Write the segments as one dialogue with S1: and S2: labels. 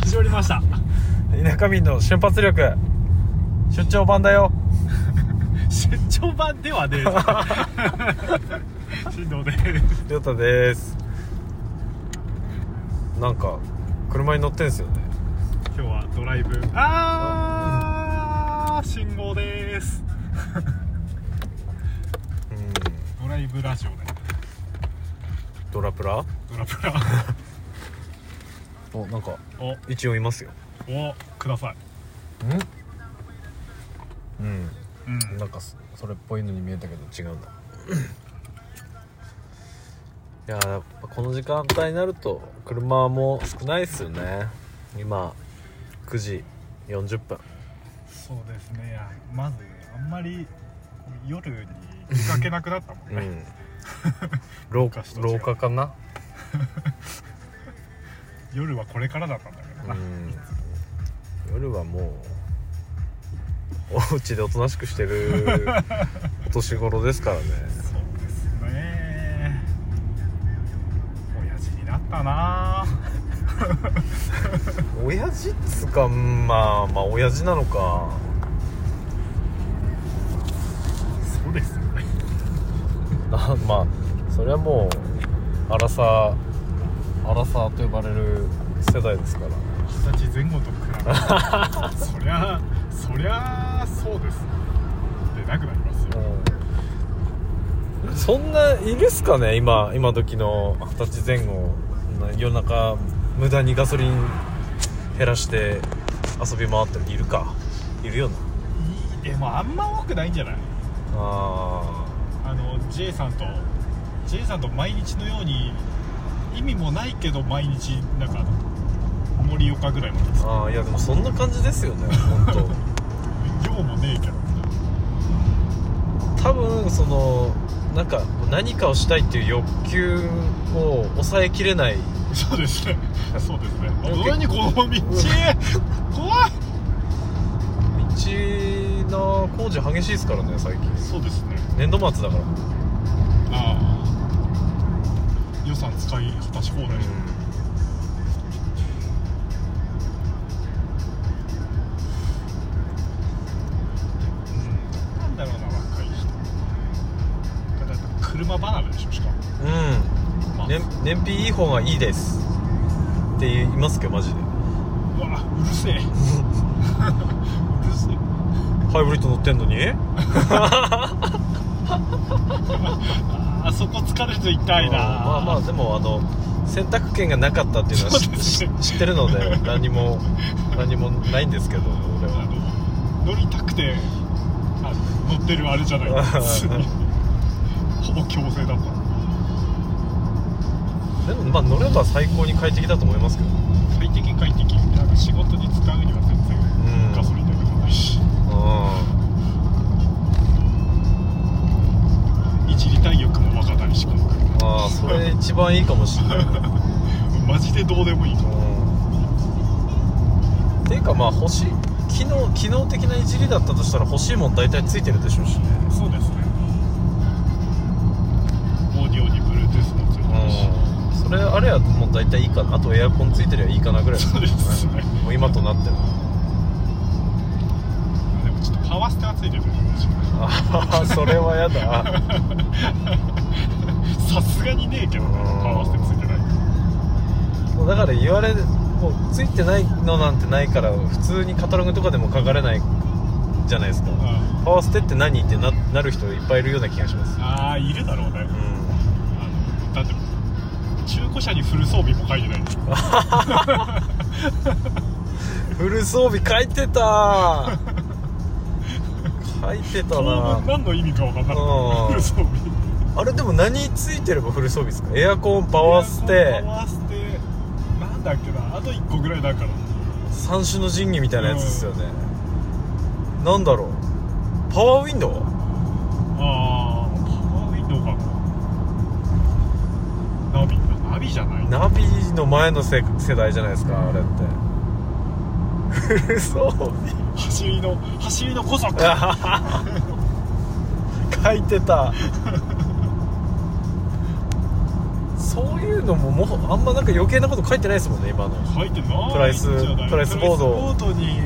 S1: 始まりました
S2: 田舎民の瞬発力出張版だよ
S1: 出張版ではね えぞ振動です
S2: りょうたですなんか車に乗ってんすよね
S1: 今日はドライブあー信号です
S2: うん
S1: ドライブラジオだよ
S2: ドラプラ
S1: ドラプ ラ
S2: おなんか
S1: お
S2: 一応いますよ
S1: おください
S2: んうん
S1: うん
S2: なんかそそれっぽいのに見えたけど違うんだいやーやっぱこの時間帯になると車も少ないっすよね今9時40分
S1: そうですねいやまずあんまり夜に出かけなくなったも
S2: う
S1: んね、
S2: ん廊下廊下かな
S1: 夜はこれからだったんだけど
S2: う
S1: な、
S2: ん夜はもうお家でおとなしくしてる お年頃ですからね
S1: そうですね親父になったな
S2: 親父っつうかまあまあ親父なのか
S1: そうですよね
S2: なまあそれはもう荒さ荒さと呼ばれる世代ですから
S1: 二十歳前後と比べ てそりゃそりゃそうですでなくなりますよ
S2: うんそんないるっすかね今今時の二十歳前後そんな夜中無駄にガソリン減らして遊び回ってるいるかいるよない
S1: いえもうあんま多くないんじゃない
S2: あ
S1: あの J さんと J さんと毎日のように意味もないけど毎日なんか盛岡ぐらいまで
S2: ーあーいやでもそんな感じですよね本
S1: 用もねえけど
S2: 当多分そのなんか何かをしたいっていう欲求を抑えきれない
S1: そうですねそうですね何この道怖い
S2: 道の工事激しいですからね最近
S1: そうですね
S2: 年度末だから
S1: ああ予算使い果たし放題うんなんだろうな若い人だから車離れでしょしかも、
S2: う
S1: まあ
S2: ん燃燃費いい方がいいですって言いますけどマジで
S1: うわうるせえうるせえ
S2: ハイブリッド乗ってんのに
S1: あそこ疲れて痛いな
S2: まあまあでもあの選択権がなかったっていうのは
S1: そう
S2: 知
S1: ですね
S2: 知ってるの で何も何もないんですけど俺
S1: あ
S2: は
S1: の乗りたくてあの乗ってるあれじゃない ほぼ強制だった
S2: でもまあ乗れば最高に快適だと思いますけど
S1: 快適快適なんか仕事に使うに
S2: う
S1: は全
S2: ん
S1: 然ガソリン代とかないし、いじりたい欲もわかないしこの車
S2: ああそれ一番いいかもしれない
S1: マジでどうでもいいから
S2: うんっていうかまあ欲しい機能機能的ないじりだったとしたら欲しいもん大体ついてるでしょうしね
S1: そうですねオーディオに Bluetooth もついてるし、
S2: うんそれあれやもう大体いいかなあとエアコンついてりゃいいかなぐらい
S1: そうですね
S2: もう今となってる
S1: でもちょっとパワステはついてるよ
S2: ああそれはやだ
S1: さすがにねえけどねパワステついてない
S2: もうだから言われもうついてないのなんてないから普通にカタログとかでも書かれないじゃないですか
S1: あ
S2: パワーステって何ってななる人いっぱいいるような気がします
S1: あーいるだろう
S2: うん
S1: ねあのだって中古車にフル装備も書いてないんだよ
S2: フル装備書いてた書いてた
S1: 当
S2: な
S1: 分何の意味か分かんな
S2: うん
S1: かったフル装備
S2: あれでも何ついてればフル装備ですかエアコンパワーステ
S1: パワーステなんだっけなあと1個ぐらいだから
S2: 三種の神器みたいなやつですよね、なんだろうパワーウィンドウ
S1: ああパワーウィンドウかなナビナビじゃない
S2: ナビの前の世世代じゃないですかあれって フル装備
S1: 走りの走りのこ そ
S2: 書いてたそういうのももうあんまなんか余計なこと書いてないですもんね今の、
S1: 入ってない
S2: トライス
S1: んじゃない
S2: トライスボード
S1: トライスボードに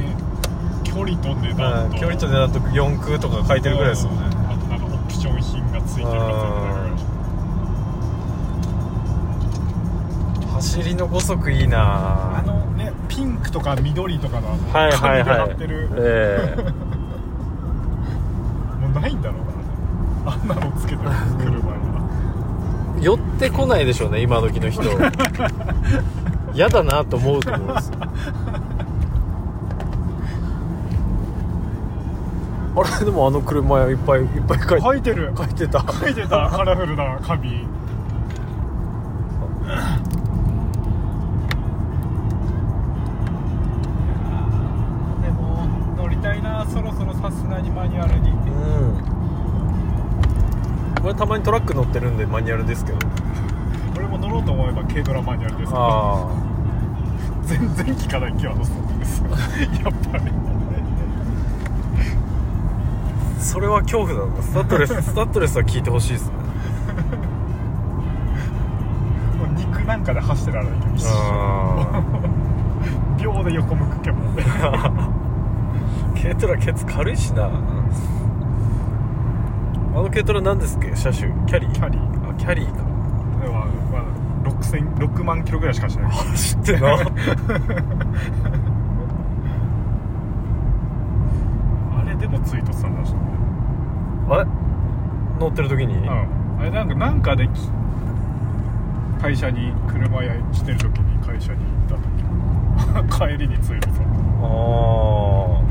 S1: 距離飛んでな
S2: うんん
S1: と
S2: 距離と値段と4空とか書いてるぐらいですもんね
S1: あとなんかオプション品がついて
S2: あ
S1: るかついてないか
S2: 走りの5足いいな
S1: あのねピンクとか緑とかのあの
S2: はいはい
S1: 紙で貼
S2: はい
S1: ってる、
S2: ええ
S1: もうないんだろうなあんなの つけてる車が
S2: 寄ってこないでしょうね今時の人嫌だなと思うと思うんですあれ でもあの車いっぱいいっぱい書い
S1: 書いてる
S2: 書いてた
S1: 書いてた カラフルな紙でも乗りたいなそろそろさすがにマニュアルに
S2: うんこれたまにトラック乗ってるんでマニュアルですけど
S1: 俺も乗ろうと思えば軽トラマニュアルですけど
S2: ああ
S1: 全然効かない際のストップですよ やっぱり
S2: それは恐怖だなスタッドレススタッドレスは聞いてほしいですね
S1: もう肉なんかで走ってられないけど
S2: あ
S1: 秒で横向く けどね
S2: あ軽トラケツ軽いしなあの軽トラ何ですっけ車種キャリー
S1: キャリ
S2: あ
S1: ー
S2: キャリーか
S1: では、まあ、6000 6万キロぐらいしか走らない
S2: 走って な
S1: あれでもツイートされましたね
S2: あれ乗ってる時に、
S1: うん、あれなんかなんかでき会社に車やしてる時に会社に行った時 帰りにツイートされた
S2: ああ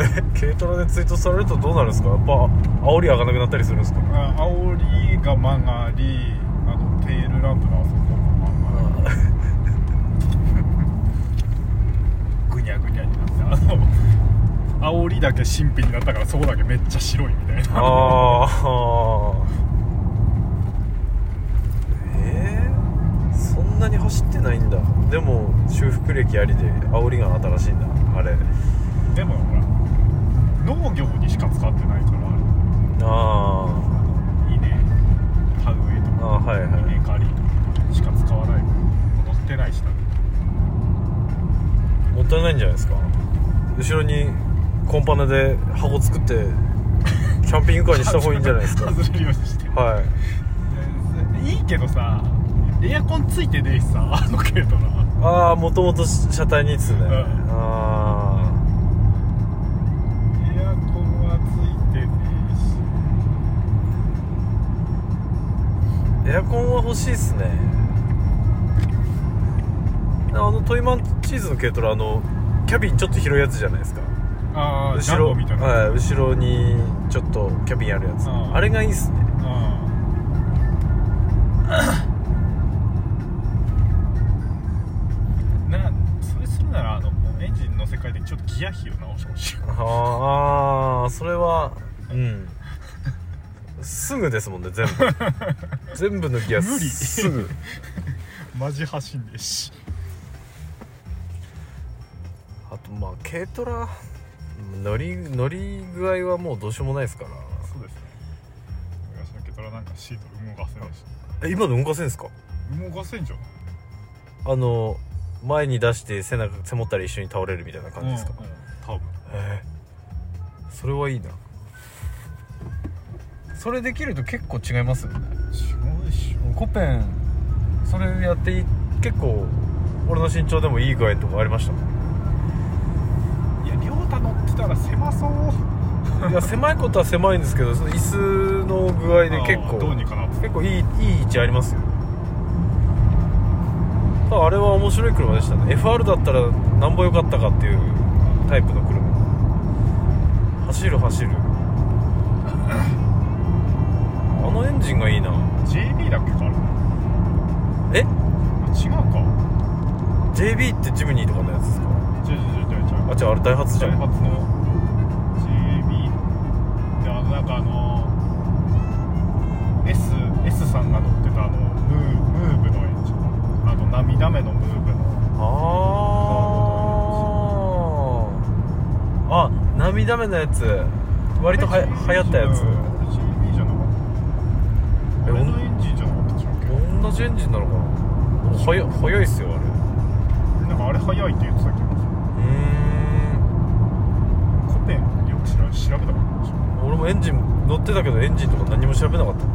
S2: え軽トラでツイートされるとどうなるんですかやっぱ煽り上がらなくなったりするん ですか
S1: あ煽りが曲がりあのテールランプのあそこも曲がりぐにゃぐにゃになってあの煽りだけ新品になったからそこだけめっちゃ白いみたいな
S2: ああえー、そんなに走ってないんだでも修復歴ありで煽りが新しいんだあれ
S1: でもほら農業にしか使ってないから
S2: あ
S1: 稲田植えと
S2: ー
S1: か
S2: あーはいはい
S1: 稲刈りしか使わない戻ってないしな
S2: もったいないんじゃないですか後ろにコンパネで箱作ってキャンピングカーにした方がいいんじゃないですか
S1: 外れるようにして
S2: はい
S1: いいけどさエアコンついてねえしさあの軽トラ
S2: ああもともと車体にっすね、
S1: ん
S2: あ
S1: エアコンはついてねえ
S2: あ
S1: し
S2: エアコンは欲しいっすねあのトイマンチーズの軽トラあのキャビンちょっと広いやつじゃないですか
S1: ああジ
S2: 後
S1: ャン
S2: ろ
S1: ボみたいな、
S2: はい、後ろにちょっとキャビンあるやつ、
S1: うん
S2: あれがいいっすね
S1: うんなそれするならあのもうエンジンの世界でちょっとギア比を直してほしい
S2: ああそれはうんすぐですもんね 全部全部のギア
S1: 無理
S2: すぐ
S1: マジ走んねえし
S2: あとまあ軽トラ乗り乗り具合はもうどうしようもないですから
S1: そうですね昔のケトラなんかシート動かせないし
S2: え今の動かせんですか
S1: 動かせんじゃない
S2: あの前に出して背中背もったら一緒に倒れるみたいな感じですか、
S1: うんうん多分
S2: えーそれはいいなそれできると結構違いますよね
S1: 違うでし
S2: コペンそれやっていい結構俺の身長でもいい具合とかありましたもん
S1: ょいや亮太乗ってたら狭そう
S2: いや狭いことは狭いんですけどその椅子の具合で結
S1: あー
S2: 構
S1: どうにかなって
S2: 結構いいいい位置ありますよただあれは面白い車でしたね FR だったらなんぼ良かったかっていうタイプの車走る走るあのエンジンがいいな
S1: JB だっけかあれ
S2: え
S1: あ違うか
S2: JB ってジムニーとかのやつですか
S1: 違う違う違う違う
S2: あ違うあれダイハツじゃ
S1: ダイ
S2: ん
S1: ハツの JB であのなんかあの S, S さんが乗ってたあのムームーブのエンジンあの涙目のムーブの
S2: あーあ涙目のやつ割とはや流行ったやつ
S1: うん JB じゃなかったあれのエンジンじゃなかったっけ
S2: 同同じエンジンなのかな早い早いっすよあれ
S1: なんかあれ早いって言ってたけど
S2: うー
S1: コペンよく知らん調べたことないでし
S2: ん俺もエンジン乗ってたけどエンジンとか何も調べなかった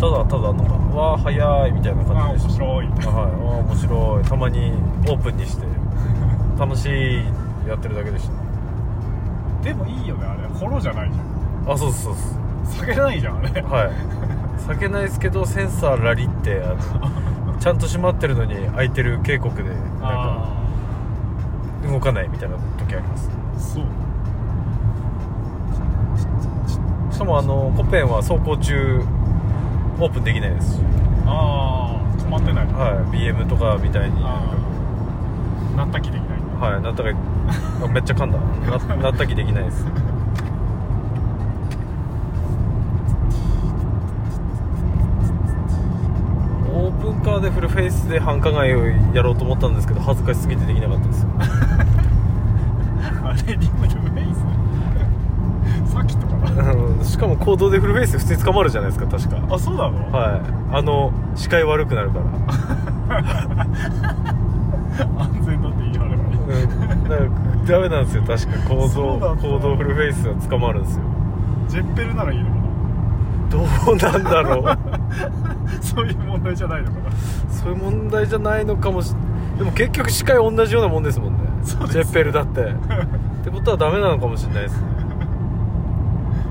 S2: ただただなんか「わあ早い」みたいな
S1: ょああ
S2: 感じで
S1: 面
S2: した
S1: 白いみたいな
S2: はい、あー面白いたまにオープンにして楽しいってやってるだけでした
S1: でもいいよねあれフォローじゃないじゃん
S2: あそうそうそうそう
S1: 下げないじゃんあれ
S2: はい避けないですけどセンサーラリってあのちゃんと閉まってるのに開いてる渓谷でなんか
S1: あ
S2: 動かないみたいな時あります
S1: あそう
S2: しかもあのコペンは走行中オープンできないですし、
S1: ああ止まってない
S2: はい、BM とかみたいに
S1: ああなった気できない
S2: はいなったかあめっちゃ噛んだななった気できないですオープンカーでフルフェイスで繁華街をやろうと思ったんですけど恥ずかしすぎてできなかったですよ
S1: あれリムルフェイス さっきとかな
S2: うんしかも行動でフルフェイス普通に捕まるじゃないですか確か
S1: あそうなの、
S2: はいあの視界悪くなるから
S1: 安全だって言い張ればいい
S2: うんだからダメなんですよ確か行
S1: そうな
S2: 動
S1: んだ
S2: 行動フルフェイスは捕まるんですよ
S1: ジェッペルならいいのか
S2: どうなんだろう
S1: な そういう問題じゃないのかな
S2: そういう問題じゃないのかもしでも結局視界同じようなもんですもんね
S1: そうです
S2: ジェッペルだってってことはダメなのかもしれないですね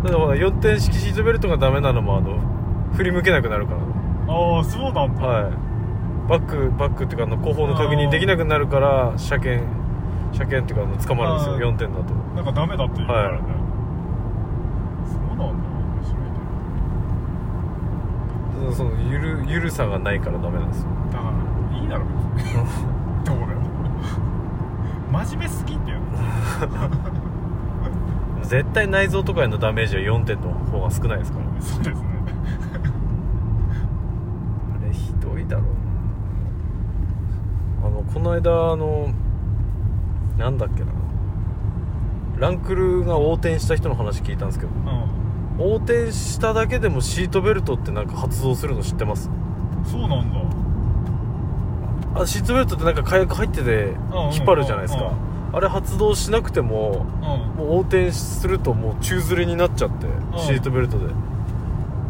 S2: だからほら4点式シートベルトがダメなのもあの振り向けなくなるから
S1: ああそうなんだ、
S2: はいバックバックっていうかあの後方の確認できなくなるから車検車検っていうかあの捕まるんですよ
S1: あー
S2: 4点だと
S1: なんかダメだって言うからね、
S2: はい
S1: そうなんだ面白いね
S2: そのゆるゆるさがないからダメなんですよ
S1: だからいいだろ別にどうだよ 真面目すぎんだよ
S2: 絶対内臓とかへのダメージは4点の方が少ないですから
S1: そうですね
S2: あれひどいだろうなあのこの間あのなんだっけなランクルが横転した人の話聞いたんですけど
S1: う
S2: 横転しただけでもシートベルトってなんか発動するの知ってます
S1: んそうなんだ
S2: あシートベルトってなんか火薬入ってて
S1: ん
S2: 引っ張るじゃないです
S1: う
S2: か
S1: ん
S2: あれ発動しなくても
S1: うん
S2: もう横転するともう宙づりになっちゃってシートベルトで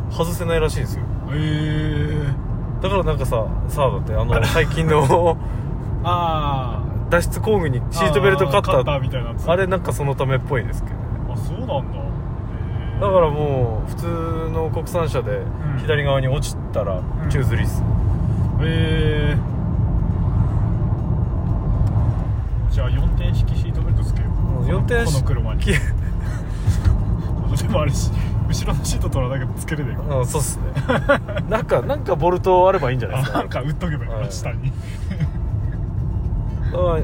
S2: 外せないらしいんですよ
S1: えー、
S2: だからなんかささあだってあの最近の
S1: ああ
S2: 脱出工具にシートベルトカッター
S1: カッターみたいなやつ
S2: あれなんかそのためっぽいですけどね
S1: あそうなんだ
S2: だからもう普通の国産車で
S1: ん
S2: 左側に落ちたら
S1: ん
S2: 宙吊りっす、
S1: えー、じゃあ4点式シートベルトつけよ
S2: も
S1: う
S2: う4点
S1: この車に
S2: き
S1: でもあれし後ろのシート取らなきゃつけれねえか
S2: うんそうっすねなんかなんかボルトあればいいんじゃないですか
S1: なんか打っとけばいいか
S2: は
S1: ら
S2: い
S1: 下に
S2: あ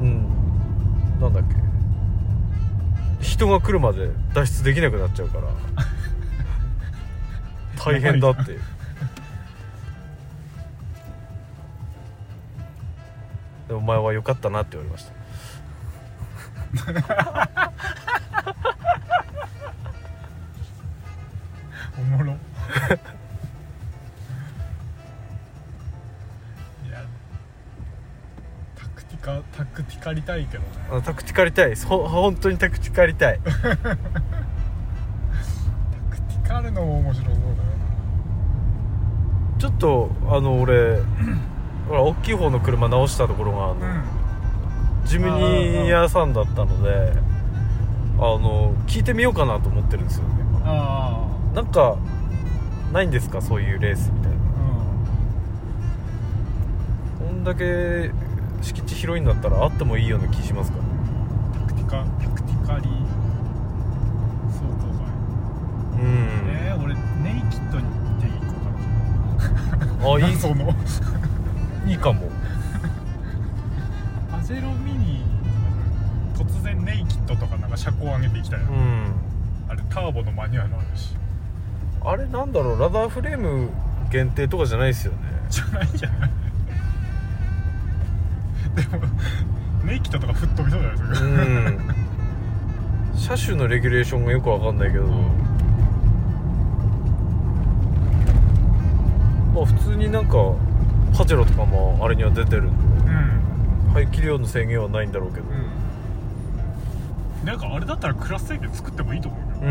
S2: うんなんだっけ人が来るまで脱出できなくなっちゃうから大変だっていうでお前は良かったなって言われました
S1: おもろ いやタクティカタクティカりたいけどね
S2: あのタクティカりたいほ本当にタクティカりたい
S1: タクティカルのも面白そうだよ
S2: ちょっとあの俺ほら大きい方の車直したところがあの、
S1: な
S2: ジムニアさんだったのであの聞いてみようかなと思ってるんですよね
S1: あ
S2: なんかないんですかそういうレースみたいな
S1: あう
S2: こんだけ敷地広いんだったらあってもいいような気しますか
S1: んタクティカタクティカリそうか
S2: うん、
S1: えー、俺ネイキッドに行っていい子か
S2: あ
S1: ないその
S2: いいいかも
S1: パジェロミニとか突然ネイキッドとかなんか車高上げていきたいな、
S2: うん
S1: あれターボのマニュアルあるし
S2: あれなんだろうラダーフレーム限定とかじゃないですよね
S1: じゃないじゃないでもネイキッドとか吹っ飛びそうじゃないです
S2: う
S1: か、
S2: ん車種のレギュレーションがよくわかんないけどあ普通になんかパジェロとかもあれには出てる
S1: うん
S2: 排気量の制限はないんだろうけど、
S1: うんなんかあれだったらクラス制限作ってもいいと思う
S2: う
S1: よ、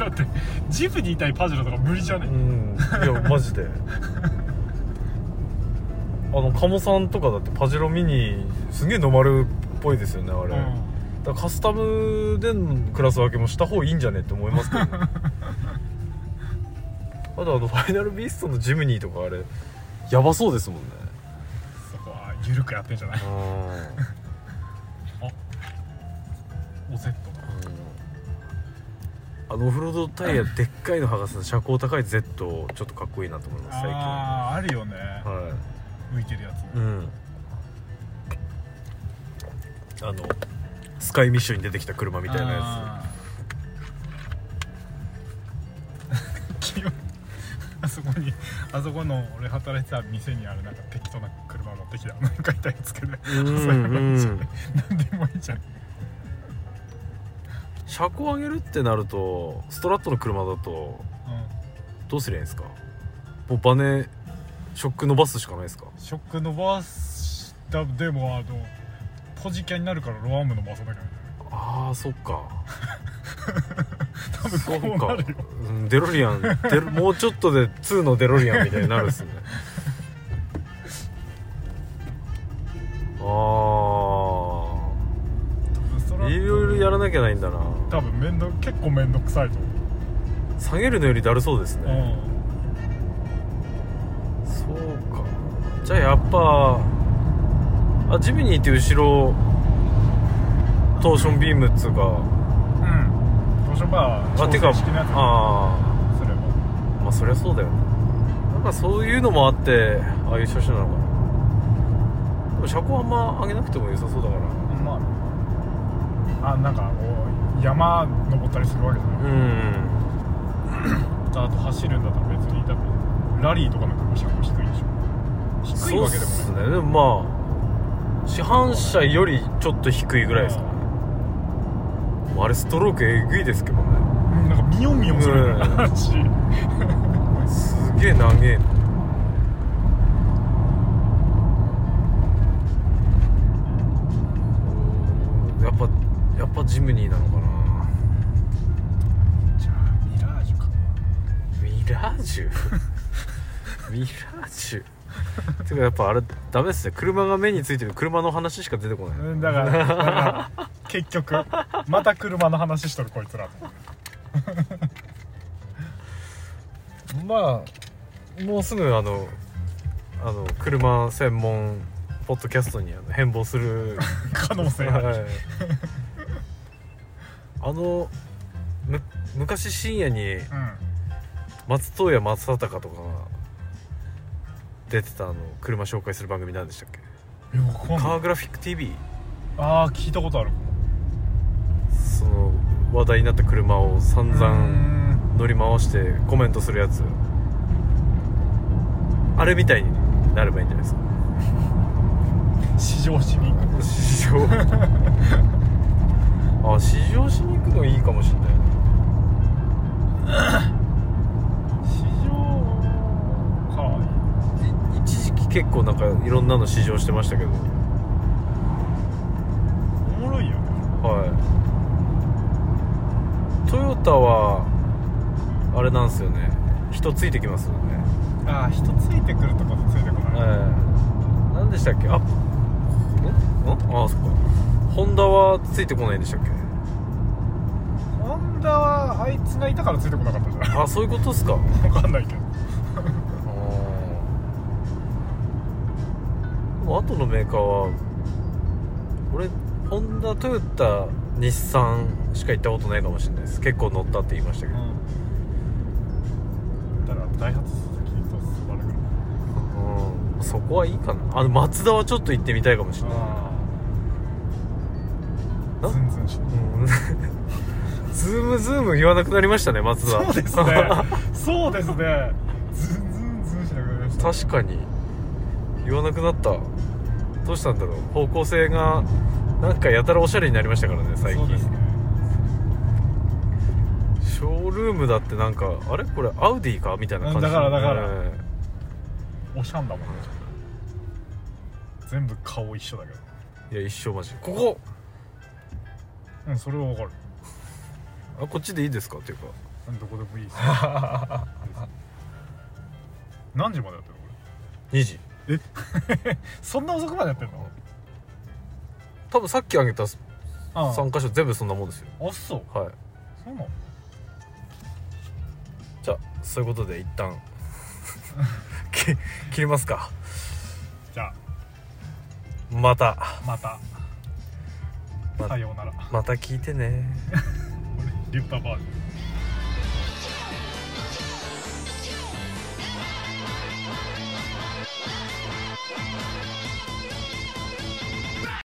S1: だってジブにいたいパジェロとか無理じゃね、
S2: うん、いやマジであの鴨さんとかだってパジェロミニすげえノマルっぽいですよねあれ、だ
S1: うん
S2: からカスタムでのクラス分けもした方がいいんじゃねって思います けどねあとあのファイナルビーストのジムニーとかあれやばそうですもんね
S1: そこは緩くやってんじゃないおセットだ
S2: あのオフロードタイヤでっかいの剥がすの車高高い Z ちょっとかっこいいなと思います最近は
S1: あーあるよね、
S2: い
S1: 浮いてるやつ、
S2: うんあのスカイミッションに出てきた車みたいなや
S1: あー気を あそこにあそこの俺働いてた店にあるなんか適当な車持ってきたなんか痛いやつけど
S2: つうん
S1: そういうのいいじゃ
S2: うんん
S1: 何でもいいじゃん
S2: 車高上げるってなるとストラットの車だと
S1: う
S2: どうすりゃいいんですかもうバネショック伸ばすしかないですか
S1: んショック伸ばしたでもあのポジキャになるからロアーム伸ばさなきゃ
S2: あーそっか
S1: 多分こうなるよ
S2: うんデロリアンデロもうちょっとで2のデロリアンみたいになるっすねああ
S1: それはい
S2: ろいろやらなきゃないんだな
S1: 多分面倒結構面倒くさいと思
S2: 下げるのよりだるそうです
S1: う、
S2: ね、そうかじゃあやっぱあジムニーって後ろトーションビームっつうか
S1: うんうんどうしようか
S2: あてか
S1: 調整式のやつ
S2: あ
S1: すれば
S2: あまあそりゃそうだよねなんかそういうのもあってああいう車種なのかなでも車高あんま上げなくても良さそうだから
S1: まああなんかこう山登ったりするわけじゃない
S2: うん
S1: あと走るんだったら別に多分ラリーとかの車車高低いでしょ低い
S2: そう
S1: わ
S2: っ
S1: けでも
S2: す
S1: ない
S2: ねでもまあ市販車よりちょっと低いぐらいですかねもうあれストロークえぐいですけどね
S1: うんなんかミヨンミヨンするよね
S2: うん
S1: 話
S2: すげえ長えなやっぱやっぱジムニーなのかな
S1: じゃあミラージュか
S2: ミラージュミラージュてかやっぱあれダメっすね車が目についてる車の話しか出てこない
S1: うんだからだから結局また車の話しとるこいつら
S2: まあもうすぐあのあの車専門ポッドキャストにあの変貌する
S1: 可能性ある
S2: はい、 あのむ昔深夜に
S1: うん
S2: 松任谷正隆とかが出てたあの車紹介する番組なんでしたっけ
S1: いやわかんな
S2: カ
S1: い
S2: ーグラフィック TV
S1: ああ聞いたことある
S2: その話題になった車を散々
S1: ん
S2: 乗り回してコメントするやつあれみたいになればいいんじゃないですか
S1: 市場市に行く
S2: 市場 あ市場しに行くのいいかもしれないな
S1: 市場か
S2: い一時期結構なんかいろんなの試乗してましたけど
S1: おもろいよね
S2: はいトヨタはあれなんですよね人ついてきますよね
S1: ああ人ついてくるとことついてこない、
S2: はい何でしたっけあんんああそっかホンダはついてこないんでしたっけ
S1: ホンダはあいつがいたからついてこ なかったじゃ
S2: あそういうことっすか
S1: んわかんないけ
S2: あ
S1: ど
S2: ーでも後のメーカーは俺ホンダトヨタ日産しか行ったことないかもしれないです結構乗ったって言いましたけど、
S1: うんだからダイハツスズキとスバルぐらい
S2: うんそこはいいかなあの松田はちょっと行ってみたいかもしれない
S1: あズンズンし
S2: うん ズームズーム言わなくなりましたね松田
S1: そうですねそうですねズンズンズンしなくなりました
S2: 確かに言わなくなったどうしたんだろう方向性がなんかやたらおしゃれになりましたからね最
S1: そう
S2: 近
S1: ですね
S2: ショールームだってなんかあれこれアウディかみたいな感じ
S1: だからだから
S2: うん
S1: おしゃんだもんね全部顔一緒だけど
S2: いや一生マジここ
S1: うんそれはわかる
S2: あこっちでいいですかっていうか
S1: うんどこでもい いです何時までやってるのこ
S2: 2時
S1: れそんな遅くまでやってんの
S2: 多分さっきあげた
S1: あ
S2: 3箇所全部そんなもんですよ
S1: あそう
S2: はい
S1: そうなの
S2: じゃあそういうことで一旦 き切りますか
S1: じゃあ
S2: また
S1: また
S2: ま
S1: さようなら
S2: また聞いてね
S1: リュッパバージョン